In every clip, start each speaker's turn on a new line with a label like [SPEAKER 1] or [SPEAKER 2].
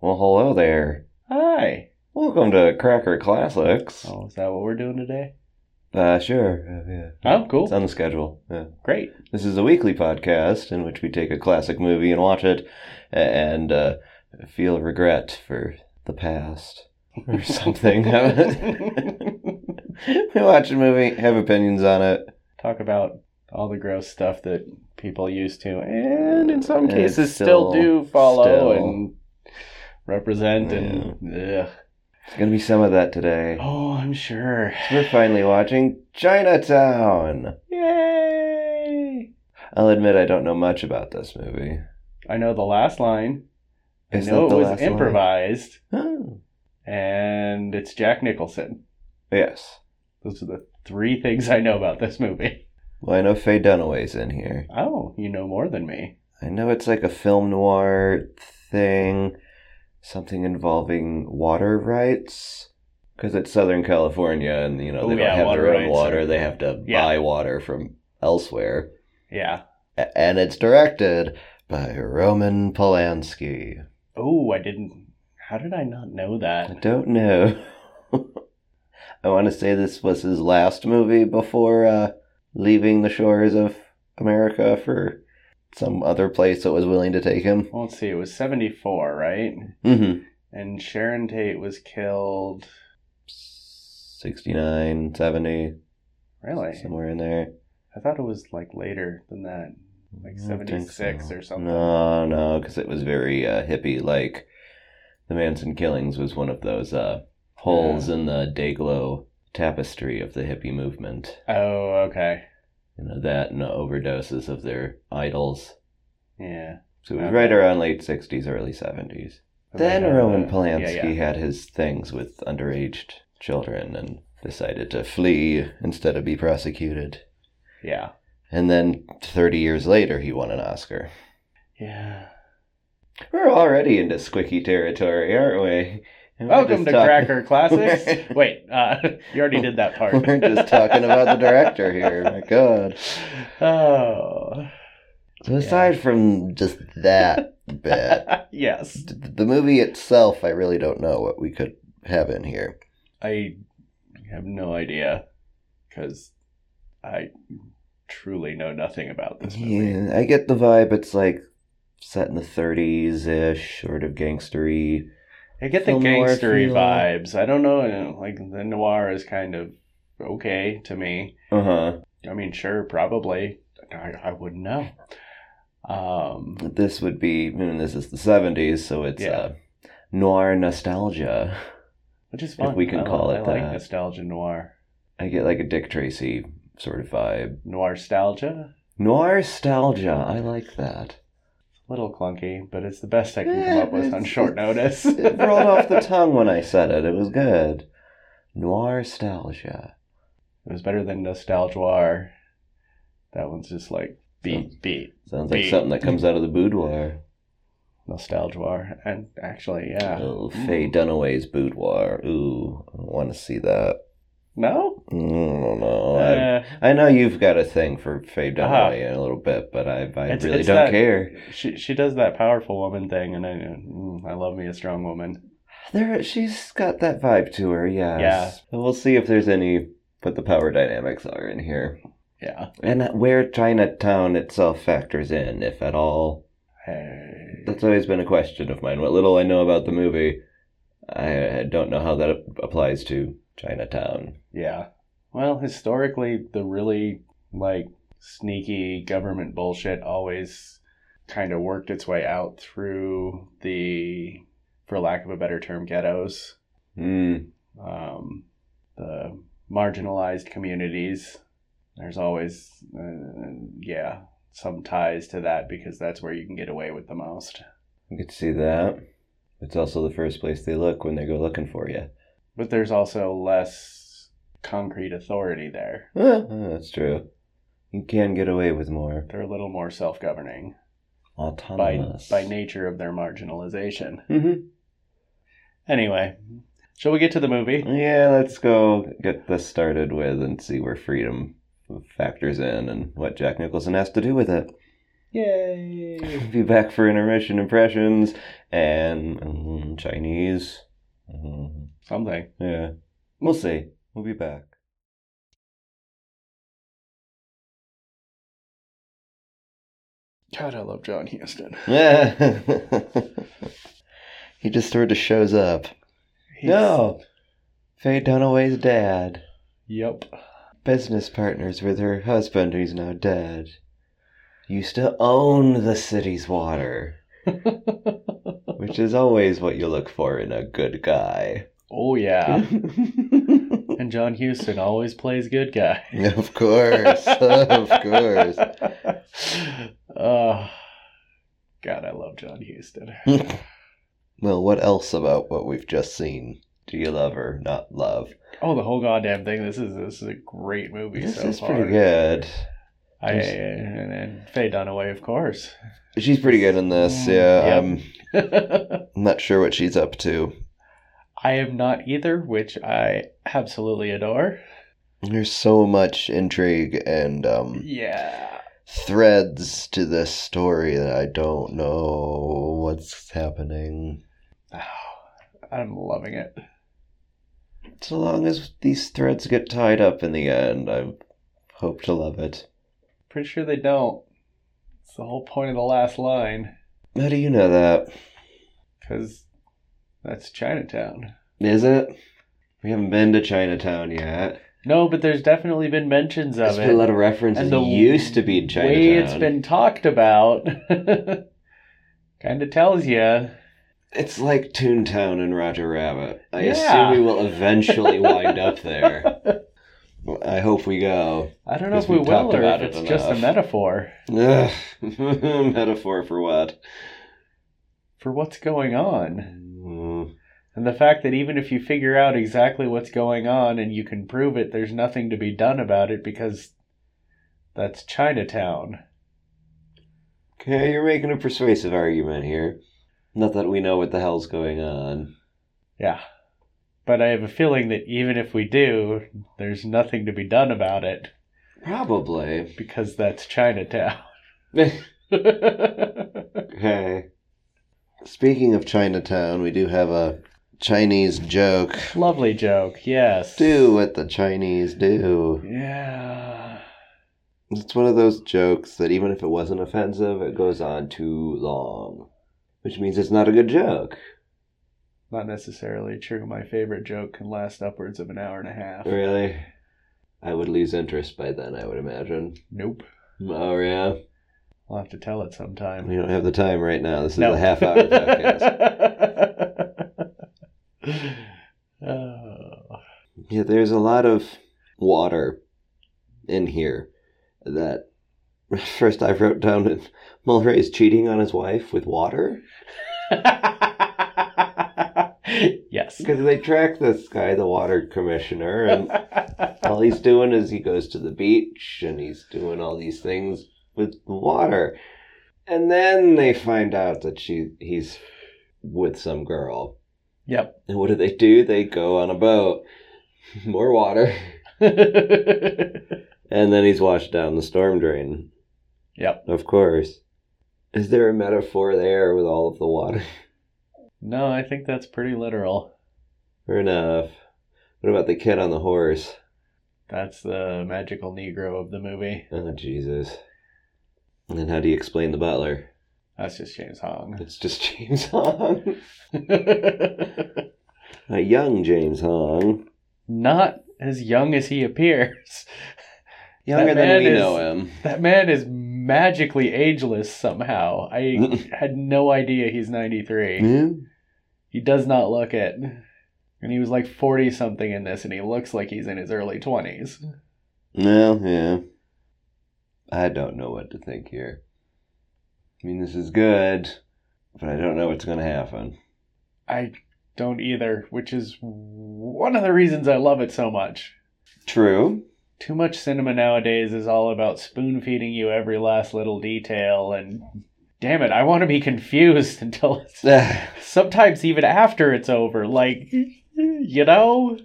[SPEAKER 1] Well, hello there.
[SPEAKER 2] Hi.
[SPEAKER 1] Welcome to Cracker Classics.
[SPEAKER 2] Oh, is that what we're doing today?
[SPEAKER 1] Uh, sure. Uh, yeah.
[SPEAKER 2] Oh, cool.
[SPEAKER 1] It's on the schedule. Yeah.
[SPEAKER 2] Great.
[SPEAKER 1] This is a weekly podcast in which we take a classic movie and watch it a- and uh, feel regret for the past or something. we watch a movie, have opinions on it.
[SPEAKER 2] Talk about all the gross stuff that people used to, and in some
[SPEAKER 1] And
[SPEAKER 2] cases
[SPEAKER 1] still-
[SPEAKER 2] still, do follow
[SPEAKER 1] still.
[SPEAKER 2] and represent. And ugh.
[SPEAKER 1] It's going to be some of that today.
[SPEAKER 2] oh, I'm sure.
[SPEAKER 1] We're finally watching Chinatown.
[SPEAKER 2] Yay!
[SPEAKER 1] I'll admit I don't know much about this movie.
[SPEAKER 2] I know the last line. I
[SPEAKER 1] Is
[SPEAKER 2] know
[SPEAKER 1] that
[SPEAKER 2] it
[SPEAKER 1] the
[SPEAKER 2] was
[SPEAKER 1] last line?
[SPEAKER 2] improvised,
[SPEAKER 1] Oh.
[SPEAKER 2] and it's Jack Nicholson.
[SPEAKER 1] Yes.
[SPEAKER 2] Those are the three things I know about this movie.
[SPEAKER 1] Well, I know Faye Dunaway's in here.
[SPEAKER 2] Oh, you know more than me.
[SPEAKER 1] I know it's like a film noir thing, something involving water rights. Because it's Southern California, and you know
[SPEAKER 2] Oh,
[SPEAKER 1] they
[SPEAKER 2] yeah,
[SPEAKER 1] don't have
[SPEAKER 2] water
[SPEAKER 1] their own
[SPEAKER 2] rights
[SPEAKER 1] water;
[SPEAKER 2] are-
[SPEAKER 1] they have to
[SPEAKER 2] Yeah.
[SPEAKER 1] buy water from elsewhere.
[SPEAKER 2] Yeah.
[SPEAKER 1] A- and it's directed by Roman Polanski.
[SPEAKER 2] Oh, I didn't. How did I not know
[SPEAKER 1] I
[SPEAKER 2] that?
[SPEAKER 1] don't know. I want to say this was his last movie before uh, leaving the shores of America for some other place that was willing to take him.
[SPEAKER 2] Well, let's see. It was 74, right?
[SPEAKER 1] Mm-hmm.
[SPEAKER 2] And Sharon Tate was killed.
[SPEAKER 1] 69, 70,
[SPEAKER 2] Really?
[SPEAKER 1] somewhere in there.
[SPEAKER 2] I thought it was like later than that. Like
[SPEAKER 1] I don't think
[SPEAKER 2] 76 or something.
[SPEAKER 1] No, no, because it was very uh, hippie. Like the Manson killings was one of those uh, holes in the Dayglow tapestry of the hippie movement.
[SPEAKER 2] Oh, okay.
[SPEAKER 1] You know that and overdoses of their idols.
[SPEAKER 2] Yeah.
[SPEAKER 1] So it was
[SPEAKER 2] Okay.
[SPEAKER 1] right around late sixties, early seventies. Then
[SPEAKER 2] They had
[SPEAKER 1] Roman
[SPEAKER 2] the-
[SPEAKER 1] Polanski
[SPEAKER 2] Yeah, yeah.
[SPEAKER 1] had his things with underage children and decided to flee instead of be prosecuted.
[SPEAKER 2] yeah.
[SPEAKER 1] And then 30 years later, he won an Oscar.
[SPEAKER 2] Yeah.
[SPEAKER 1] We're already into squeaky territory, aren't we? And we're
[SPEAKER 2] Welcome
[SPEAKER 1] just
[SPEAKER 2] to
[SPEAKER 1] talk-
[SPEAKER 2] Cracker Classics. Wait, uh, you already did that part.
[SPEAKER 1] We're just talking about the director here. My God.
[SPEAKER 2] Oh.
[SPEAKER 1] So aside from just that bit,
[SPEAKER 2] yes.
[SPEAKER 1] th- the movie itself, I really don't know what we could have in here.
[SPEAKER 2] I have no idea because I truly know nothing about this movie.
[SPEAKER 1] Yeah, I get the vibe. It's like set in the 30s ish, sort of gangstery.
[SPEAKER 2] I get the
[SPEAKER 1] Film noir
[SPEAKER 2] gangstery
[SPEAKER 1] feel.
[SPEAKER 2] vibes. I don't know. Like the noir is kind of okay to me.
[SPEAKER 1] Uh huh.
[SPEAKER 2] I mean, sure, probably. I, I wouldn't know. Um,
[SPEAKER 1] This would be, and this is the 70s, so it's
[SPEAKER 2] Yeah.
[SPEAKER 1] uh, noir nostalgia.
[SPEAKER 2] which is fun.
[SPEAKER 1] If we can
[SPEAKER 2] I
[SPEAKER 1] call
[SPEAKER 2] like-
[SPEAKER 1] it
[SPEAKER 2] I like
[SPEAKER 1] that.
[SPEAKER 2] nostalgia noir.
[SPEAKER 1] I get like a Dick Tracy sort of vibe.
[SPEAKER 2] Noir nostalgia.
[SPEAKER 1] Noir nostalgia. I like that.
[SPEAKER 2] A little clunky, but it's the best I can come up with on short notice.
[SPEAKER 1] it rolled off the tongue when I said it. It was good. Noir nostalgia.
[SPEAKER 2] It was better than Nostalgiar. That one's just like beat, beat,
[SPEAKER 1] Sounds like
[SPEAKER 2] Beat.
[SPEAKER 1] something that comes out of the boudoir.
[SPEAKER 2] Nostalgiar. And actually, yeah.
[SPEAKER 1] Oh, Faye Dunaway's boudoir. Ooh, I want to see that.
[SPEAKER 2] No?
[SPEAKER 1] I don't know.
[SPEAKER 2] Uh,
[SPEAKER 1] I, I know you've got a thing for Faye
[SPEAKER 2] Uh-huh.
[SPEAKER 1] Dunaway in a little bit, but I, I
[SPEAKER 2] It's-
[SPEAKER 1] really
[SPEAKER 2] it's
[SPEAKER 1] don't
[SPEAKER 2] that-
[SPEAKER 1] care.
[SPEAKER 2] she, she does that powerful woman thing, and I, mm, I love me a strong woman.
[SPEAKER 1] There, she's got that vibe to her. Yes. But We'll see if there's any what the power dynamics are in here.
[SPEAKER 2] Yeah.
[SPEAKER 1] And where Chinatown itself factors in, if at all.
[SPEAKER 2] Hey.
[SPEAKER 1] That's always been a question of mine. What little I know about the movie, I I don't know how that applies to Chinatown.
[SPEAKER 2] Yeah. Well, historically, the really, like, sneaky government bullshit always kind of worked its way out through the, for lack of a better term, ghettos.
[SPEAKER 1] Hmm.
[SPEAKER 2] um, the marginalized communities. There's always, uh, yeah, some ties to that because that's where you can get away with the most.
[SPEAKER 1] I could see that. It's also the first place they look when they go looking for you.
[SPEAKER 2] But there's also less concrete authority there.
[SPEAKER 1] Huh, that's true. You can get away with more.
[SPEAKER 2] They're a little more self governing by,
[SPEAKER 1] Autonomous.
[SPEAKER 2] by nature of their marginalization.
[SPEAKER 1] Mhm.
[SPEAKER 2] Anyway, shall we get to the movie?
[SPEAKER 1] Yeah, let's go get this started with and see where freedom factors in and what Jack Nicholson has to do with it.
[SPEAKER 2] Yay!
[SPEAKER 1] be back for intermission impressions and mm, Chinese. Mm,
[SPEAKER 2] Something.
[SPEAKER 1] yeah, we'll see. We'll be back.
[SPEAKER 2] God, I love John Houston.
[SPEAKER 1] he just sort of shows up.
[SPEAKER 2] He's-
[SPEAKER 1] No, Faye Dunaway's dad,
[SPEAKER 2] Yep.
[SPEAKER 1] business partners with her husband, who's now dead, used to own the city's water, which is always what you look for in a good guy.
[SPEAKER 2] Oh yeah. and John Houston always plays good guy.
[SPEAKER 1] of course, of course.
[SPEAKER 2] Oh, God, I love John Houston.
[SPEAKER 1] Well, what else about what we've just seen? Do you love or not love?
[SPEAKER 2] Oh, the whole goddamn thing. This is this is a great movie
[SPEAKER 1] This
[SPEAKER 2] so
[SPEAKER 1] is
[SPEAKER 2] far.
[SPEAKER 1] pretty good.
[SPEAKER 2] I, and then Faye Dunaway, of course.
[SPEAKER 1] She's pretty good in this. Yeah,
[SPEAKER 2] Yep.
[SPEAKER 1] I'm
[SPEAKER 2] I
[SPEAKER 1] not sure what she's up to.
[SPEAKER 2] am not either, which I absolutely adore.
[SPEAKER 1] There's so much intrigue and um,
[SPEAKER 2] Yeah.
[SPEAKER 1] threads to this story that I don't know what's happening.
[SPEAKER 2] Oh, I'm loving it.
[SPEAKER 1] So long as these threads get tied up in the end, I hope to love it.
[SPEAKER 2] Pretty sure they don't. It's the whole point of the last line,
[SPEAKER 1] How do you know that?
[SPEAKER 2] because that's Chinatown.
[SPEAKER 1] Is it? We haven't been to Chinatown yet.
[SPEAKER 2] No, but there's definitely been mentions of
[SPEAKER 1] There's
[SPEAKER 2] it.
[SPEAKER 1] been a lot of references.
[SPEAKER 2] And the
[SPEAKER 1] used to be in Chinatown.
[SPEAKER 2] way it's been talked about kind of tells you.
[SPEAKER 1] It's like Toontown and Roger Rabbit. I
[SPEAKER 2] Yeah.
[SPEAKER 1] assume we will eventually wind up there. I hope we go.
[SPEAKER 2] I don't know
[SPEAKER 1] Guess
[SPEAKER 2] if we
[SPEAKER 1] we've
[SPEAKER 2] will
[SPEAKER 1] talked
[SPEAKER 2] or if
[SPEAKER 1] about it
[SPEAKER 2] it's just a
[SPEAKER 1] enough.
[SPEAKER 2] metaphor
[SPEAKER 1] Ugh. Metaphor for what?
[SPEAKER 2] for what's going on.
[SPEAKER 1] Mm.
[SPEAKER 2] And the fact that even if you figure out exactly what's going on and you can prove it, there's nothing to be done about it because that's Chinatown.
[SPEAKER 1] Okay, you're making a persuasive argument here. Not that we know what the hell's going on.
[SPEAKER 2] Yeah. But I have a feeling that even if we do, there's nothing to be done about it
[SPEAKER 1] Probably.
[SPEAKER 2] because that's Chinatown.
[SPEAKER 1] okay. Speaking of Chinatown, we do have a Chinese joke.
[SPEAKER 2] Lovely joke, yes.
[SPEAKER 1] Do what the Chinese do.
[SPEAKER 2] Yeah.
[SPEAKER 1] It's one of those jokes that even if it wasn't offensive, it goes on too long. Which means it's not a good joke.
[SPEAKER 2] Not necessarily true. My favorite joke can last upwards of an hour and a half.
[SPEAKER 1] Really? I would lose interest by then, I would imagine.
[SPEAKER 2] Nope.
[SPEAKER 1] Oh, yeah?
[SPEAKER 2] I'll have to tell it sometime.
[SPEAKER 1] We don't have the time right now. This is
[SPEAKER 2] No.
[SPEAKER 1] a half hour podcast.
[SPEAKER 2] Oh.
[SPEAKER 1] Yeah, there's a lot of water in here that. First, I wrote down that Mulray's cheating on his wife with water.
[SPEAKER 2] yes.
[SPEAKER 1] Because they track this guy, the water commissioner, and all he's doing is he goes to the beach and he's doing all these things with water and then they find out that she he's with some girl
[SPEAKER 2] yep.
[SPEAKER 1] and what do they do they go on a boat more water and then he's washed down the storm drain
[SPEAKER 2] Yep.
[SPEAKER 1] of course is there a metaphor there with all of the water
[SPEAKER 2] no, I think that's pretty literal.
[SPEAKER 1] fair enough what about the kid on the horse
[SPEAKER 2] That's the magical Negro of the movie.
[SPEAKER 1] oh jesus and then how do you explain the butler
[SPEAKER 2] That's just James Hong.
[SPEAKER 1] it's just james hong
[SPEAKER 2] Not
[SPEAKER 1] a young James Hong,
[SPEAKER 2] as young as he appears.
[SPEAKER 1] younger
[SPEAKER 2] That
[SPEAKER 1] than
[SPEAKER 2] man
[SPEAKER 1] we
[SPEAKER 2] is-
[SPEAKER 1] know him.
[SPEAKER 2] That man is magically ageless somehow.
[SPEAKER 1] Mm.
[SPEAKER 2] I had no idea he's 93. He does not look it. And he was like 40 something in this, and he looks like he's in his early 20s.
[SPEAKER 1] No, yeah. I don't know what to think here. I mean, this is good, but I don't know what's going to happen.
[SPEAKER 2] I don't either, which is one of the reasons I love it so much.
[SPEAKER 1] True.
[SPEAKER 2] Too much cinema nowadays is all about spoon feeding you every last little detail, and damn it, I want to be confused until it's.
[SPEAKER 1] well,
[SPEAKER 2] Sometimes even after it's over, like, you know?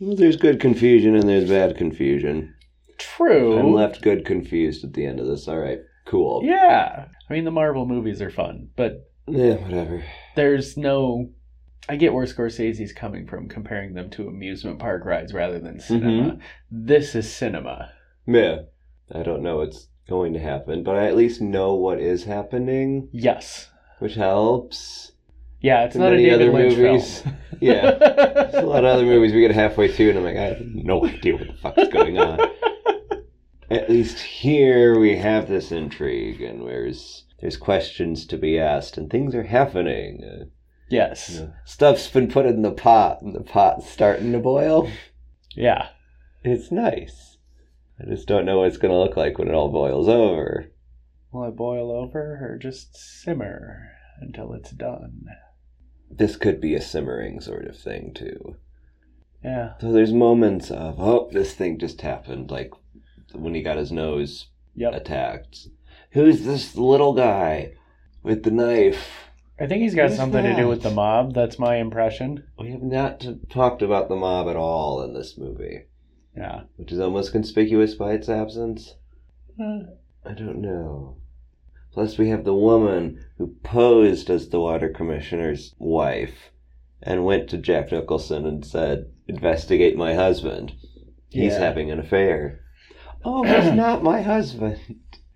[SPEAKER 1] there's good confusion and there's bad confusion.
[SPEAKER 2] True.
[SPEAKER 1] uh, I'm left good confused at the end of this. All right, cool.
[SPEAKER 2] Yeah. I mean, the Marvel movies are fun, but
[SPEAKER 1] Yeah, whatever.
[SPEAKER 2] there's no. I get where Scorsese's coming from, comparing them to amusement park rides rather
[SPEAKER 1] Mm-hmm.
[SPEAKER 2] than cinema. This is cinema.
[SPEAKER 1] Yeah. I don't know what's going to happen, but I at least know what is happening,
[SPEAKER 2] Yes.
[SPEAKER 1] which helps.
[SPEAKER 2] Yeah, it's
[SPEAKER 1] Than
[SPEAKER 2] not a
[SPEAKER 1] many
[SPEAKER 2] David
[SPEAKER 1] other
[SPEAKER 2] Lynch
[SPEAKER 1] movies.
[SPEAKER 2] film.
[SPEAKER 1] Yeah. There's a lot of other movies we get halfway through, and I'm like, I have no idea what the fuck's going on. At least here we have this intrigue, and there's there's questions to be asked, and things are happening. Uh,
[SPEAKER 2] Yes.
[SPEAKER 1] you know, stuff's been put in the pot, and the pot's starting to boil.
[SPEAKER 2] Yeah.
[SPEAKER 1] It's nice. I just don't know what it's gonna look like when it all boils over.
[SPEAKER 2] Will it boil over or just simmer until it's done?
[SPEAKER 1] This could be a simmering sort of thing too.
[SPEAKER 2] Yeah.
[SPEAKER 1] So there's moments of oh, this thing just happened, like when he got his nose
[SPEAKER 2] Yep.
[SPEAKER 1] attacked. Who's this little guy with the knife?
[SPEAKER 2] I think he's got
[SPEAKER 1] Who's
[SPEAKER 2] something to do with
[SPEAKER 1] that?
[SPEAKER 2] the mob. That's my impression.
[SPEAKER 1] We have not t- talked about the mob at all in this movie,
[SPEAKER 2] Yeah.
[SPEAKER 1] which is almost conspicuous by its absence.
[SPEAKER 2] Uh,
[SPEAKER 1] I don't know. Plus, we have the woman who posed as the water commissioner's wife and went to Jack Nicholson and said, Investigate my husband. He's
[SPEAKER 2] yeah.
[SPEAKER 1] having an affair. Oh, he's not my husband.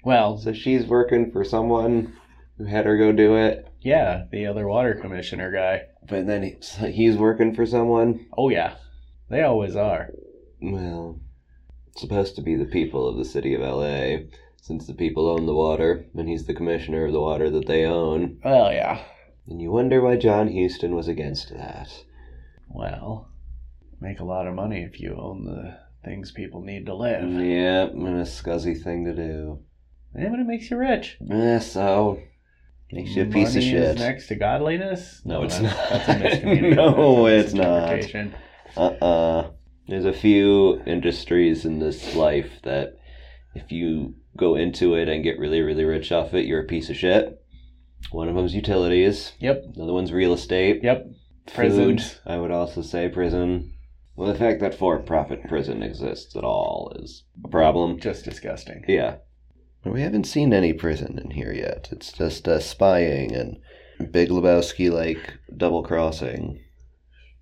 [SPEAKER 2] Well,
[SPEAKER 1] So she's working for someone who had her go do it.
[SPEAKER 2] yeah, the other water commissioner guy.
[SPEAKER 1] But then he's, he's working for someone.
[SPEAKER 2] Oh, yeah. They always are.
[SPEAKER 1] Well, it's supposed to be the people of the city of LA, since the people own the water, and he's the commissioner of the water that they own.
[SPEAKER 2] Well, yeah.
[SPEAKER 1] And you wonder why John Houston was against that.
[SPEAKER 2] Well, make a lot of money if you own the things people need to live. Yeah,
[SPEAKER 1] Yep, and a scuzzy thing to do.
[SPEAKER 2] but it makes you rich.
[SPEAKER 1] Eh, so. Makes you a piece of
[SPEAKER 2] Money is
[SPEAKER 1] shit.
[SPEAKER 2] next to godliness?
[SPEAKER 1] No, it's
[SPEAKER 2] that's-
[SPEAKER 1] not.
[SPEAKER 2] That's a miscommunication.
[SPEAKER 1] No,
[SPEAKER 2] That's
[SPEAKER 1] it's not.
[SPEAKER 2] misinterpretation.
[SPEAKER 1] Uh uh There's a few industries in this life that if you go into it and get really, really rich off it, you're a piece of shit. One of them's utilities,
[SPEAKER 2] Yep,
[SPEAKER 1] another one's real estate.
[SPEAKER 2] yep.
[SPEAKER 1] Food,
[SPEAKER 2] Prisons.
[SPEAKER 1] I would also say prison. Well, the fact that for profit prison exists at all is a problem.
[SPEAKER 2] Just disgusting.
[SPEAKER 1] Yeah. But we haven't seen any prison in here yet. It's just uh, spying and Big Lebowski like double crossing.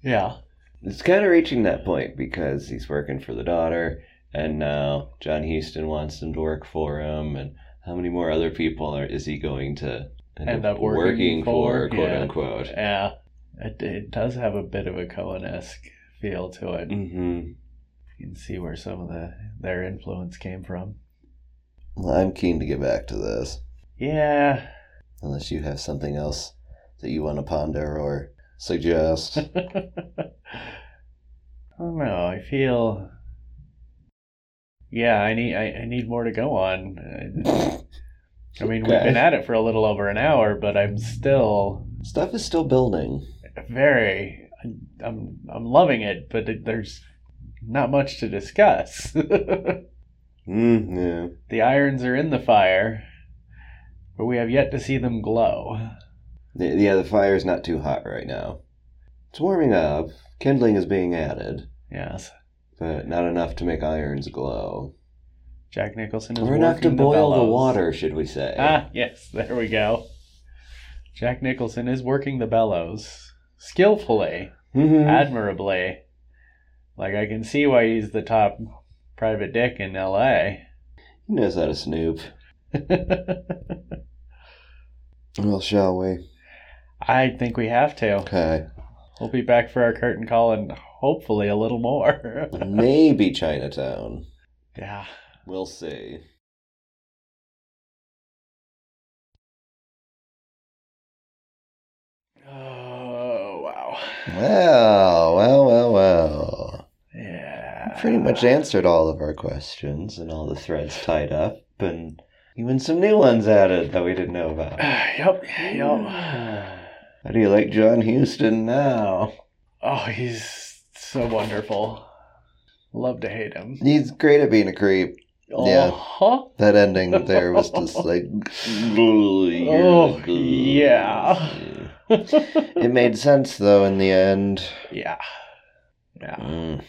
[SPEAKER 2] Yeah.
[SPEAKER 1] It's kind of reaching that point because he's working for the daughter, and now John Houston wants him to work for him. And how many more other people are is he going to end, up, working, for, quote
[SPEAKER 2] yeah.
[SPEAKER 1] unquote?
[SPEAKER 2] Yeah. It, it does have a bit of a Cohen esque feel to it.
[SPEAKER 1] Mm-hmm.
[SPEAKER 2] You can see where some of the their influence came from.
[SPEAKER 1] Well, I'm keen to get back to this,
[SPEAKER 2] Yeah.
[SPEAKER 1] unless you have something else that you want to ponder or suggest.
[SPEAKER 2] I don't know. I feel. Yeah, I need I, I need more to go on. I- I mean, we've
[SPEAKER 1] Okay.
[SPEAKER 2] been at it for a little over an hour, but I'm still
[SPEAKER 1] Stuff is still building.
[SPEAKER 2] very I'm I'm loving it, but it- there's not much to discuss. the
[SPEAKER 1] Mm, yeah.
[SPEAKER 2] irons are in the fire, but we have yet to see them glow.
[SPEAKER 1] The- Yeah, the fire's not too hot right now. It's warming up. Kindling is being added,
[SPEAKER 2] Yes,
[SPEAKER 1] but not enough to make irons glow.
[SPEAKER 2] Jack Nicholson is
[SPEAKER 1] Or enough to
[SPEAKER 2] working the
[SPEAKER 1] boil the
[SPEAKER 2] bellows.
[SPEAKER 1] water, should we say?
[SPEAKER 2] Ah, yes, there we go. Jack Nicholson is working the bellows skillfully,
[SPEAKER 1] Mhm.
[SPEAKER 2] Ah. admirably. Like I can see why he's the top private dick in L.A.
[SPEAKER 1] He knows how to snoop. Well, shall we?
[SPEAKER 2] I think we have to.
[SPEAKER 1] Okay.
[SPEAKER 2] We'll be back for our curtain call and hopefully a little more.
[SPEAKER 1] Maybe Chinatown.
[SPEAKER 2] yeah.
[SPEAKER 1] We'll see.
[SPEAKER 2] Oh wow.
[SPEAKER 1] Well, well, well, well.
[SPEAKER 2] Yeah.
[SPEAKER 1] Pretty much answered all of our questions and all the threads tied up, and even some new ones added that we didn't know about.
[SPEAKER 2] yep. Yep.
[SPEAKER 1] Yeah. How do you like John Houston now?
[SPEAKER 2] Oh, he's so wonderful. Love to hate him.
[SPEAKER 1] He's great at being a creep. Yeah.
[SPEAKER 2] Uh-huh.
[SPEAKER 1] That ending there was just like.
[SPEAKER 2] Oh, yeah.
[SPEAKER 1] It made sense though in the end.
[SPEAKER 2] yeah. Yeah.
[SPEAKER 1] Mm.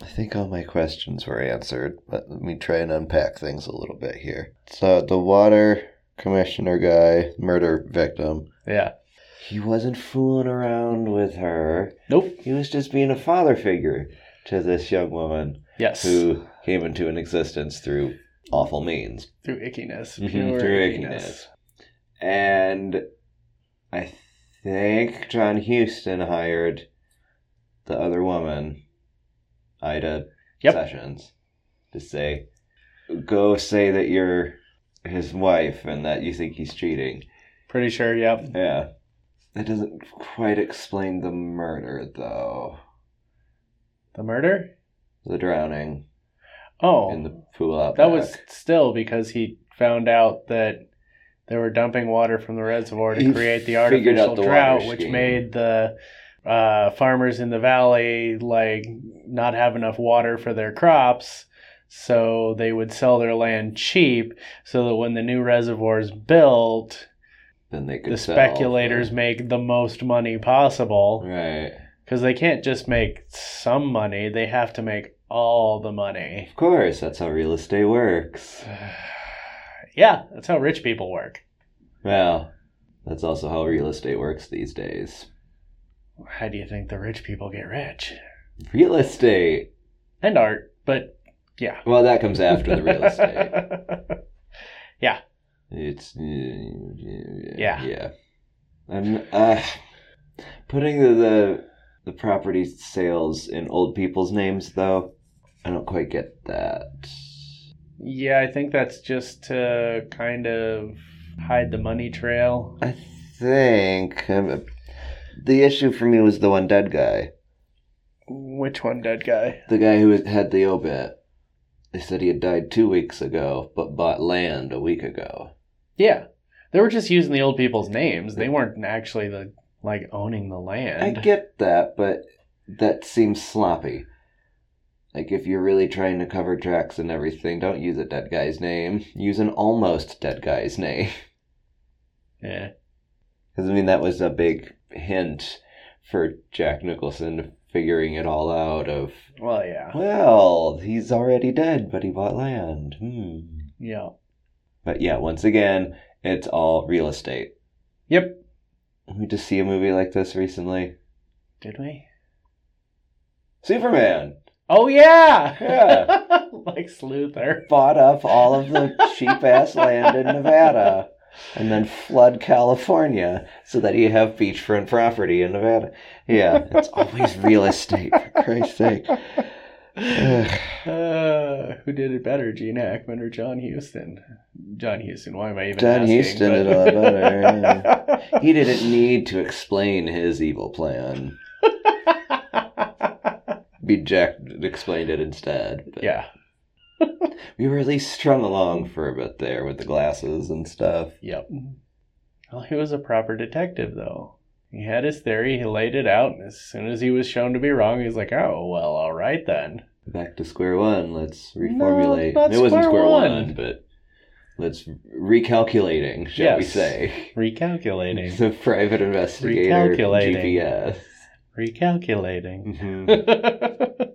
[SPEAKER 1] I think all my questions were answered, but let me try and unpack things a little bit here. So the water commissioner guy, murder victim,
[SPEAKER 2] Yeah.
[SPEAKER 1] he wasn't fooling around with her.
[SPEAKER 2] Nope.
[SPEAKER 1] He was just being a father figure to this young woman
[SPEAKER 2] Yes.
[SPEAKER 1] who came into an existence through awful means.
[SPEAKER 2] Through ickiness.
[SPEAKER 1] Mhm,
[SPEAKER 2] Pure
[SPEAKER 1] through
[SPEAKER 2] ickiness.
[SPEAKER 1] ickiness. And I think John Houston hired the other woman, Ida
[SPEAKER 2] Yep.
[SPEAKER 1] Sessions, to say, go say that you're his wife and that you think he's cheating.
[SPEAKER 2] Pretty sure, yep.
[SPEAKER 1] Yeah. That doesn't quite explain the murder, though.
[SPEAKER 2] The murder?
[SPEAKER 1] The drowning
[SPEAKER 2] Oh.
[SPEAKER 1] in the pool out
[SPEAKER 2] That
[SPEAKER 1] back.
[SPEAKER 2] was still because he found out that they were dumping water from the reservoir to
[SPEAKER 1] He
[SPEAKER 2] create the
[SPEAKER 1] figured
[SPEAKER 2] artificial
[SPEAKER 1] out the water
[SPEAKER 2] drought, which
[SPEAKER 1] scheme.
[SPEAKER 2] made the uh, farmers in the valley like not have enough water for their crops. So they would sell their land cheap, so that when the new reservoir is built,
[SPEAKER 1] Then they could
[SPEAKER 2] the
[SPEAKER 1] sell.
[SPEAKER 2] speculators make the most money possible
[SPEAKER 1] Right.
[SPEAKER 2] because they can't just make some money; they have to make all the money.
[SPEAKER 1] Of course, that's how real estate works.
[SPEAKER 2] yeah, that's how rich people work.
[SPEAKER 1] Well, that's also how real estate works these days.
[SPEAKER 2] How do you think the rich people get rich?
[SPEAKER 1] Real estate.
[SPEAKER 2] And art, but yeah.
[SPEAKER 1] Well, that comes after the real estate. It's yeah,
[SPEAKER 2] Yeah.
[SPEAKER 1] yeah. I'm uh, putting the, the the property sales in old people's names though. I don't quite get that.
[SPEAKER 2] yeah, I think that's just to kind of hide the money trail.
[SPEAKER 1] I think um, the issue for me was the one dead guy,
[SPEAKER 2] Which one, dead guy?
[SPEAKER 1] the guy who had the obit. They said he had died two weeks ago, but bought land a week ago.
[SPEAKER 2] Yeah. They were just using the old people's names. They weren't actually the like owning the
[SPEAKER 1] I
[SPEAKER 2] land.
[SPEAKER 1] get that, but that seems sloppy. Like if you're really trying to cover tracks and everything, don't use a dead guy's name. Use an almost dead guy's name.
[SPEAKER 2] yeah.
[SPEAKER 1] Because I mean that was a big hint for Jack Nicholson figuring it all out. Of
[SPEAKER 2] Well, yeah.
[SPEAKER 1] well, he's already dead, but he bought land. Hmm.
[SPEAKER 2] Yeah.
[SPEAKER 1] But yeah, once again, it's all real estate.
[SPEAKER 2] Yep.
[SPEAKER 1] Did We just see a movie like this recently.
[SPEAKER 2] Did we?
[SPEAKER 1] Superman
[SPEAKER 2] Oh yeah.
[SPEAKER 1] Yeah.
[SPEAKER 2] like Sleuther.
[SPEAKER 1] bought up all of the cheap ass land in Nevada. and then flood California so that you have beachfront property in Nevada. Yeah, it's always real estate, for Christ's sake. Ugh.
[SPEAKER 2] Uh, who did it better, Gene Hackman or John Houston? John Houston. Why am I even?
[SPEAKER 1] John
[SPEAKER 2] asking?
[SPEAKER 1] Huston
[SPEAKER 2] But-
[SPEAKER 1] did a lot better, He didn't need to explain his evil plan. Be Jack explained it instead. But
[SPEAKER 2] yeah.
[SPEAKER 1] We were at least strung along for a bit there with the glasses and stuff.
[SPEAKER 2] Yep. Well, he was a proper detective, though. He had his theory. He laid it out, and as soon as he was shown to be wrong, he's like, "Oh well, all right then."
[SPEAKER 1] Back to square one. Let's reformulate.
[SPEAKER 2] not
[SPEAKER 1] it wasn't
[SPEAKER 2] square
[SPEAKER 1] square
[SPEAKER 2] one.
[SPEAKER 1] one, but let's recalculating, shall we
[SPEAKER 2] Yes.
[SPEAKER 1] say.
[SPEAKER 2] Recalculating.
[SPEAKER 1] The private investigator
[SPEAKER 2] Recalculating.
[SPEAKER 1] GPS.
[SPEAKER 2] Recalculating.
[SPEAKER 1] Mm-hmm.
[SPEAKER 2] yeah.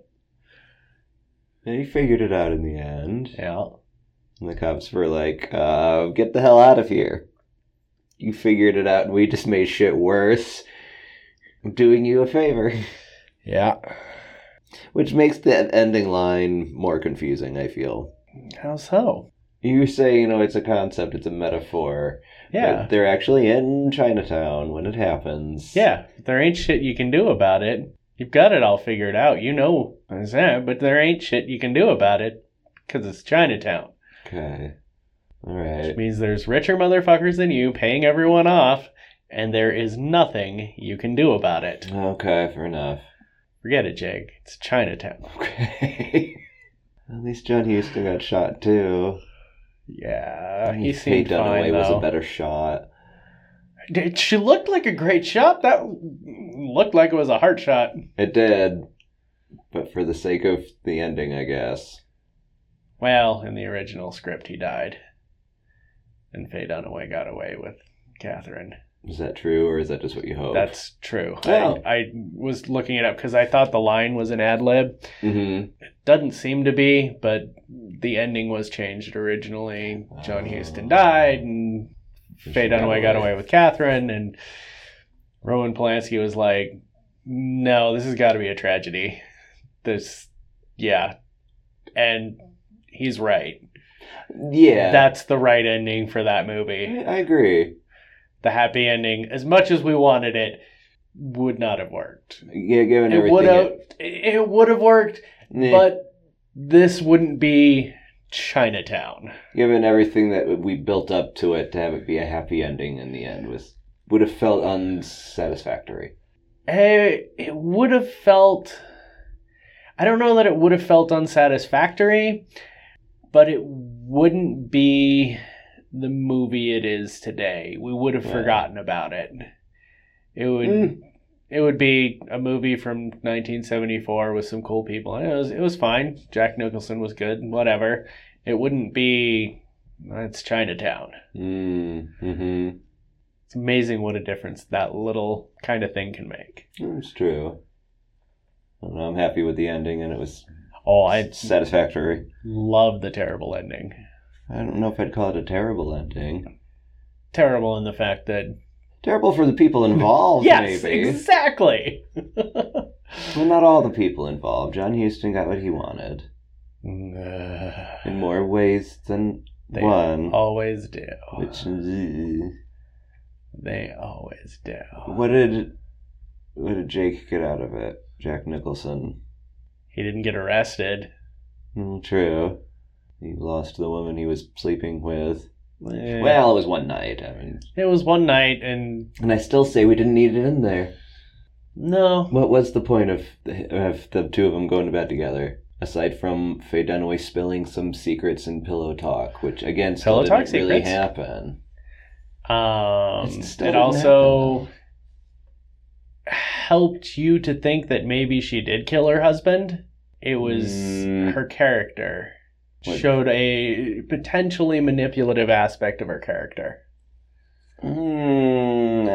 [SPEAKER 1] and he figured it out in the end. And the cops were like, uh, get the hell out of here. You figured it out and we just made shit worse. I'm doing you a favor.
[SPEAKER 2] Yeah.
[SPEAKER 1] Which makes the ending line more confusing, I feel.
[SPEAKER 2] How so?
[SPEAKER 1] You say, you know, it's a concept, it's a metaphor. but
[SPEAKER 2] Yeah.
[SPEAKER 1] they're actually in Chinatown when it happens.
[SPEAKER 2] Yeah, there ain't shit you can do about it. You've got it all figured out. You know, what's that, but there ain't shit you can do about it because it's Chinatown.
[SPEAKER 1] Okay. All
[SPEAKER 2] Which
[SPEAKER 1] right.
[SPEAKER 2] means there's richer motherfuckers than you paying everyone off, and there is nothing you can do about it.
[SPEAKER 1] Okay, fair enough.
[SPEAKER 2] Forget it, Jake. It's Chinatown.
[SPEAKER 1] Okay. At least John Houston got shot too.
[SPEAKER 2] Yeah, Uh, he
[SPEAKER 1] Faye
[SPEAKER 2] seemed fine
[SPEAKER 1] Mm, was a
[SPEAKER 2] though.
[SPEAKER 1] better shot.
[SPEAKER 2] Dude, she looked like a great shot. That looked like it was a heart shot.
[SPEAKER 1] It did, but for the sake of the ending, I guess.
[SPEAKER 2] Well, in the original script, he died, and Faye Dunaway got away with Catherine.
[SPEAKER 1] Is that true, or is that just what you hope?
[SPEAKER 2] That's true.
[SPEAKER 1] Oh.
[SPEAKER 2] I, I was looking it up because I thought the line was an ad lib.
[SPEAKER 1] hmm
[SPEAKER 2] Doesn't seem to be, but the ending was changed originally. John
[SPEAKER 1] Oh.
[SPEAKER 2] Huston died, and Faye Dunaway got away with Catherine, and Roman Polanski was like, "No, this has got to be a tragedy." This, yeah, and he's right.
[SPEAKER 1] Yeah.
[SPEAKER 2] That's the right ending for that movie.
[SPEAKER 1] I I agree.
[SPEAKER 2] The happy ending, as much as we wanted it, would not have worked.
[SPEAKER 1] Yeah, given
[SPEAKER 2] It
[SPEAKER 1] everything.
[SPEAKER 2] would have. It would have worked,
[SPEAKER 1] it-
[SPEAKER 2] but this wouldn't be Chinatown.
[SPEAKER 1] given everything that we built up to it to have it be a happy ending in the end was would have felt unsatisfactory.
[SPEAKER 2] Eh, it would have felt i don't know that it would have felt unsatisfactory but it wouldn't be the movie it is today we would have
[SPEAKER 1] Yeah.
[SPEAKER 2] forgotten about it it would
[SPEAKER 1] Mm.
[SPEAKER 2] it would be a movie from 1974 with some cool people and it was it was fine jack nicholson was good whatever it wouldn't be it's chinatown
[SPEAKER 1] Mm, mm-hmm.
[SPEAKER 2] it's amazing what a difference that little kind of thing can make
[SPEAKER 1] It's true. I don't know, I'm happy with the ending, and it was
[SPEAKER 2] oh i
[SPEAKER 1] satisfactory.
[SPEAKER 2] love the terrible ending.
[SPEAKER 1] I don't know if I'd call it a terrible ending.
[SPEAKER 2] Terrible in the fact that
[SPEAKER 1] Terrible for the people involved,
[SPEAKER 2] yes,
[SPEAKER 1] maybe.
[SPEAKER 2] exactly.
[SPEAKER 1] well, not all the people involved. John Huston got what he wanted in more ways than
[SPEAKER 2] They
[SPEAKER 1] one.
[SPEAKER 2] always do.
[SPEAKER 1] Which, is-
[SPEAKER 2] They always do.
[SPEAKER 1] what did what did Jake get out of it? Jack Nicholson.
[SPEAKER 2] He didn't get arrested.
[SPEAKER 1] Mm, True. He lost the woman he was sleeping with.
[SPEAKER 2] Eh,
[SPEAKER 1] Well, it was one night. I mean,
[SPEAKER 2] it was one night, and
[SPEAKER 1] and I still say we didn't need it in there.
[SPEAKER 2] no,
[SPEAKER 1] What was the point of of the two of them going to bed together? Aside from Faye Dunaway spilling some secrets in pillow talk, which again still
[SPEAKER 2] Pillow
[SPEAKER 1] didn't
[SPEAKER 2] talk
[SPEAKER 1] really
[SPEAKER 2] secrets?
[SPEAKER 1] happen.
[SPEAKER 2] um,
[SPEAKER 1] It still
[SPEAKER 2] it
[SPEAKER 1] didn't
[SPEAKER 2] also helped you to think that maybe she did kill her husband. It was
[SPEAKER 1] Mm.
[SPEAKER 2] her character
[SPEAKER 1] What-
[SPEAKER 2] showed a potentially manipulative aspect of her character.
[SPEAKER 1] Mm, um, uh, uh,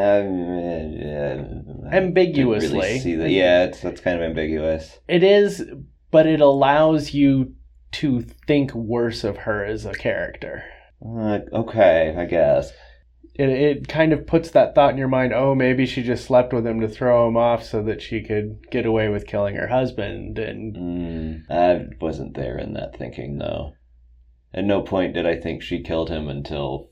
[SPEAKER 1] I didn't
[SPEAKER 2] ambiguously.
[SPEAKER 1] really see that. Yeah, it's, that's kind of ambiguous.
[SPEAKER 2] It is, but it allows you to think worse of her as a character.
[SPEAKER 1] Uh, okay, I guess.
[SPEAKER 2] It, it kind of puts that thought in your mind oh, maybe she just slept with him to throw him off so that she could get away with killing her husband. And
[SPEAKER 1] Mm, I wasn't there in that thinking, though. At no point did I think she killed him until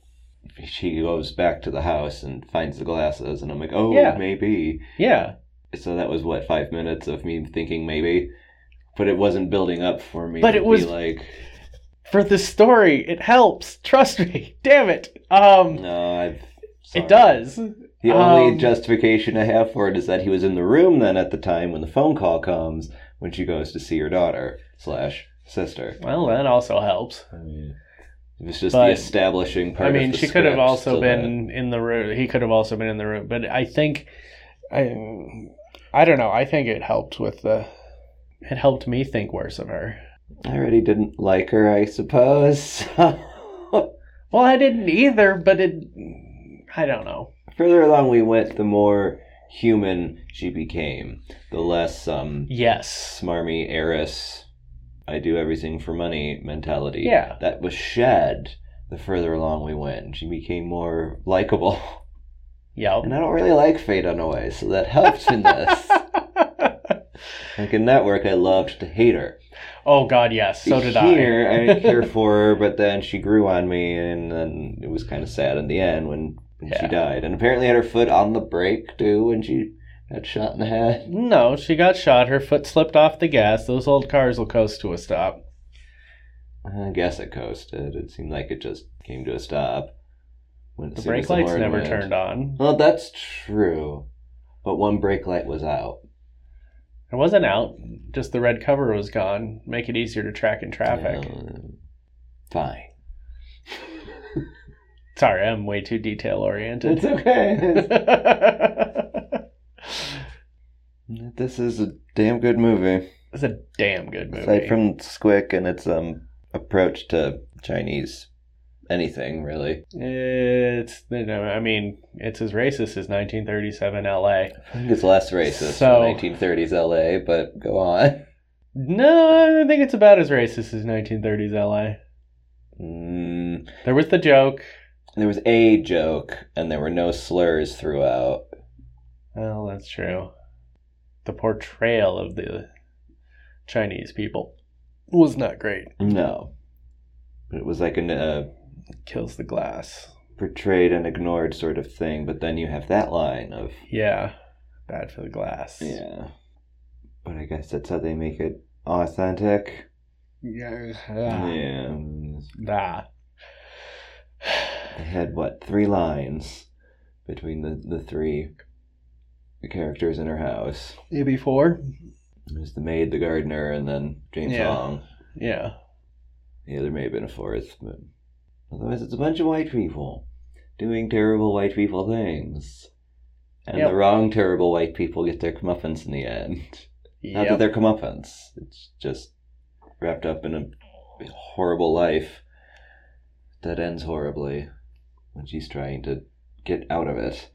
[SPEAKER 1] she goes back to the house and finds the glasses, and I'm like, oh,
[SPEAKER 2] Yeah.
[SPEAKER 1] maybe.
[SPEAKER 2] yeah,
[SPEAKER 1] So that was what five minutes of me thinking maybe, but it wasn't building up for me.
[SPEAKER 2] But
[SPEAKER 1] to
[SPEAKER 2] it was-
[SPEAKER 1] be like,
[SPEAKER 2] for the story, it helps. Trust me. Damn it. Um,
[SPEAKER 1] no, I've. sorry.
[SPEAKER 2] it does.
[SPEAKER 1] The only
[SPEAKER 2] Um,
[SPEAKER 1] justification I have for it is that he was in the room then at the time when the phone call comes when she goes to see her daughter slash sister.
[SPEAKER 2] Well, that also helps.
[SPEAKER 1] I mean, it was just the
[SPEAKER 2] But-
[SPEAKER 1] establishing part.
[SPEAKER 2] I mean,
[SPEAKER 1] of the
[SPEAKER 2] she could have
[SPEAKER 1] script,
[SPEAKER 2] also
[SPEAKER 1] so
[SPEAKER 2] been in the room. He could have also been in the room, but I think, I, I don't know. I think it helped with the. It helped me think worse of her.
[SPEAKER 1] that I already didn't like her, I suppose. so.
[SPEAKER 2] Well, I didn't either, but it. I don't know.
[SPEAKER 1] Further along we went, the more human she became, the less um,
[SPEAKER 2] Yes,
[SPEAKER 1] smarmy heiress, I do everything for money mentality.
[SPEAKER 2] Yeah.
[SPEAKER 1] That was shed the further along we went. She became more likable.
[SPEAKER 2] yep.
[SPEAKER 1] And I don't really like Faye Dunaway, so that helped in this. like in Network, I loved to hate her.
[SPEAKER 2] oh God, yes. So did I.
[SPEAKER 1] Here, I didn't care for her, but then she grew on me, and then it was kind of sad in the end when, when she
[SPEAKER 2] Yeah.
[SPEAKER 1] died. And apparently, had her foot on the brake too when she got shot in the head.
[SPEAKER 2] No, she got shot. Her foot slipped off the gas. Those old cars will coast to a stop.
[SPEAKER 1] I guess it coasted. It seemed like it just came to a stop. When
[SPEAKER 2] The brake lights never turned on.
[SPEAKER 1] Well, that's true, but one brake light was out.
[SPEAKER 2] It wasn't out. Just the red cover was gone. Make it easier to track in traffic.
[SPEAKER 1] Um, fine.
[SPEAKER 2] Sorry, I'm way too detail oriented.
[SPEAKER 1] It's okay.
[SPEAKER 2] it's
[SPEAKER 1] this is a damn good movie.
[SPEAKER 2] a damn good movie.
[SPEAKER 1] Aside from Squick and its um approach to Chinese anything really.
[SPEAKER 2] it's you know, I mean, it's as racist as 1937 LA.
[SPEAKER 1] I think it's less racist
[SPEAKER 2] So-
[SPEAKER 1] than 1930s LA, but go on.
[SPEAKER 2] No, I think it's about as racist as 1930s LA.
[SPEAKER 1] Mm,
[SPEAKER 2] There was the joke.
[SPEAKER 1] There was a joke, and there were no slurs throughout.
[SPEAKER 2] Well, that's true. The portrayal of the Chinese people was not great.
[SPEAKER 1] No. It was like an uh,
[SPEAKER 2] Kills the glass.
[SPEAKER 1] portrayed and ignored sort of thing, but then you have that line of,
[SPEAKER 2] Yeah, bad for the glass.
[SPEAKER 1] yeah. But I guess that's how they make it authentic.
[SPEAKER 2] Yeah. Ah.
[SPEAKER 1] Yeah.
[SPEAKER 2] Nah.
[SPEAKER 1] They had, what, three lines between the, the three characters in her house.
[SPEAKER 2] AB4?
[SPEAKER 1] It was the maid, the gardener, and then James
[SPEAKER 2] Yeah.
[SPEAKER 1] Hong.
[SPEAKER 2] Yeah.
[SPEAKER 1] Yeah, there may have been a fourth, but otherwise it's a bunch of white people doing terrible white people things. And
[SPEAKER 2] Yep.
[SPEAKER 1] the wrong terrible white people get their comeuppance in the end. Not that
[SPEAKER 2] Yep.
[SPEAKER 1] they're comeuppance. It's just wrapped up in a horrible life that ends horribly when she's trying to get out of it.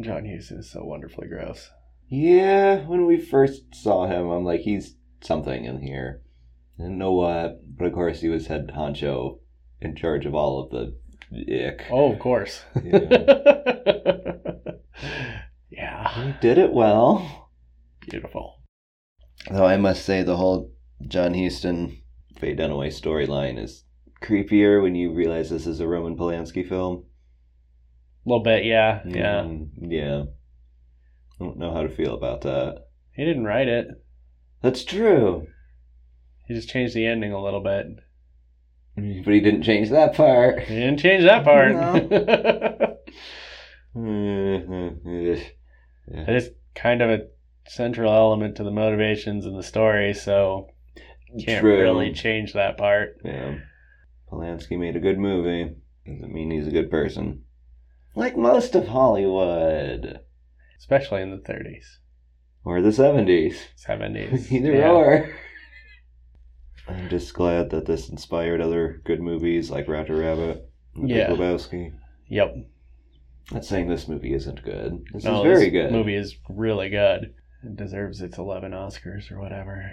[SPEAKER 2] John Hughes is so wonderfully gross.
[SPEAKER 1] Yeah, when we first saw him, I'm like, he's something in here. I didn't know what, but of course he was head honcho in charge of all of the ick.
[SPEAKER 2] Oh, of course.
[SPEAKER 1] Yeah.
[SPEAKER 2] yeah.
[SPEAKER 1] he did it well.
[SPEAKER 2] Beautiful.
[SPEAKER 1] Though I must say, the whole John Huston, Faye Dunaway storyline is creepier when you realize this is a Roman Polanski film.
[SPEAKER 2] A little bit, yeah. Yeah.
[SPEAKER 1] Mm, yeah. I don't know how to feel about that.
[SPEAKER 2] He didn't write it.
[SPEAKER 1] That's true.
[SPEAKER 2] He just changed the ending a little bit.
[SPEAKER 1] But
[SPEAKER 2] Mm.
[SPEAKER 1] he didn't change that part.
[SPEAKER 2] He didn't change that part.
[SPEAKER 1] Mm, yeah.
[SPEAKER 2] it is kind of a central element to the motivations in the story, so can't really change that part.
[SPEAKER 1] Yeah. Polanski made a good movie. Doesn't mean he's a good person. Like most of Hollywood.
[SPEAKER 2] Especially in the 30s,
[SPEAKER 1] Or the 70s.
[SPEAKER 2] 70s.
[SPEAKER 1] Either
[SPEAKER 2] Yeah.
[SPEAKER 1] or. I'm just glad that this inspired other good movies like Roger Rabbit and Big
[SPEAKER 2] Yeah.
[SPEAKER 1] Lebowski.
[SPEAKER 2] Yep.
[SPEAKER 1] Not saying this movie isn't good. This
[SPEAKER 2] No,
[SPEAKER 1] is very
[SPEAKER 2] this
[SPEAKER 1] good.
[SPEAKER 2] movie is really good. It deserves its 11 Oscars or whatever.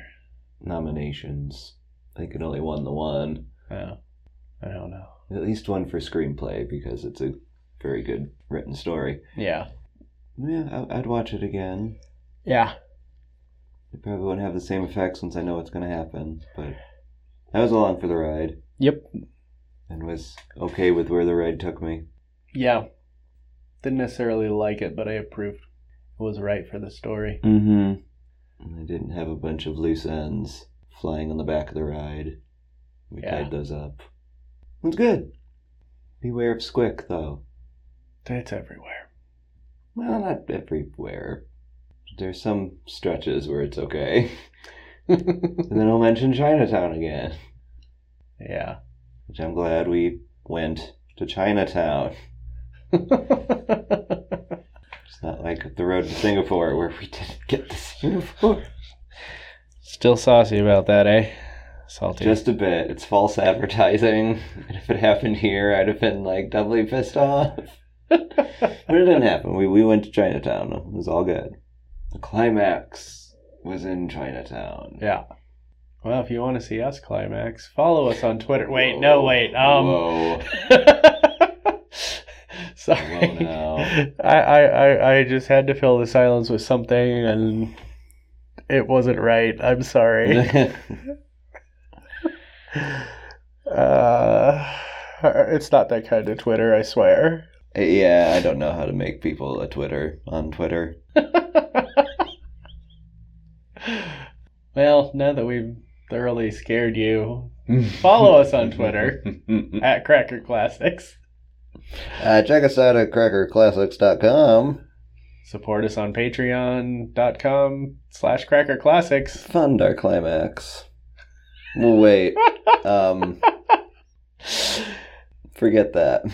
[SPEAKER 1] Nominations. I think it only won the one.
[SPEAKER 2] Oh, I don't know.
[SPEAKER 1] At least one for screenplay because it's a very good written story.
[SPEAKER 2] Yeah.
[SPEAKER 1] Yeah, I- I'd watch it again.
[SPEAKER 2] Yeah.
[SPEAKER 1] It probably wouldn't have the same effect since I know what's going to happen. But I was along for the ride
[SPEAKER 2] Yep.
[SPEAKER 1] and was okay with where the ride took me.
[SPEAKER 2] Yeah. Didn't necessarily like it, but I approved. It was right for the story.
[SPEAKER 1] Mm-hmm. And I didn't have a bunch of loose ends flying on the back of the ride. We
[SPEAKER 2] Yeah.
[SPEAKER 1] tied those up. It's good. Beware of Squick, though.
[SPEAKER 2] It's everywhere.
[SPEAKER 1] Well, not everywhere. There's some stretches where it's okay. and then I'll mention Chinatown again.
[SPEAKER 2] Yeah.
[SPEAKER 1] which I'm glad we went to Chinatown. It's not like the road to Singapore where we didn't get to Singapore.
[SPEAKER 2] Still saucy about that, eh? Salty.
[SPEAKER 1] Just a bit. It's false advertising. And if it happened here, I'd have been like doubly pissed off. But it didn't happen. We, we went to Chinatown. It was all good. The climax was in Chinatown.
[SPEAKER 2] yeah. Well, if you want to see us climax, follow us on Twitter. Wait, no,
[SPEAKER 1] Whoa.
[SPEAKER 2] wait. Um.
[SPEAKER 1] Whoa.
[SPEAKER 2] Sorry.
[SPEAKER 1] Whoa, now.
[SPEAKER 2] I, I, I, I just had to fill the silence with something, and it wasn't right. I'm sorry. uh, it's not that kind of Twitter, I swear.
[SPEAKER 1] yeah, I don't know how to make people a Twitter on Twitter.
[SPEAKER 2] Well, now that we've thoroughly scared you, follow us on Twitter at Cracker Classics.
[SPEAKER 1] Uh, check us out at crackerclassics.com.
[SPEAKER 2] Support us on patreon.com slash Cracker Classics.
[SPEAKER 1] Fund our climax. Well, wait. Um, forget that.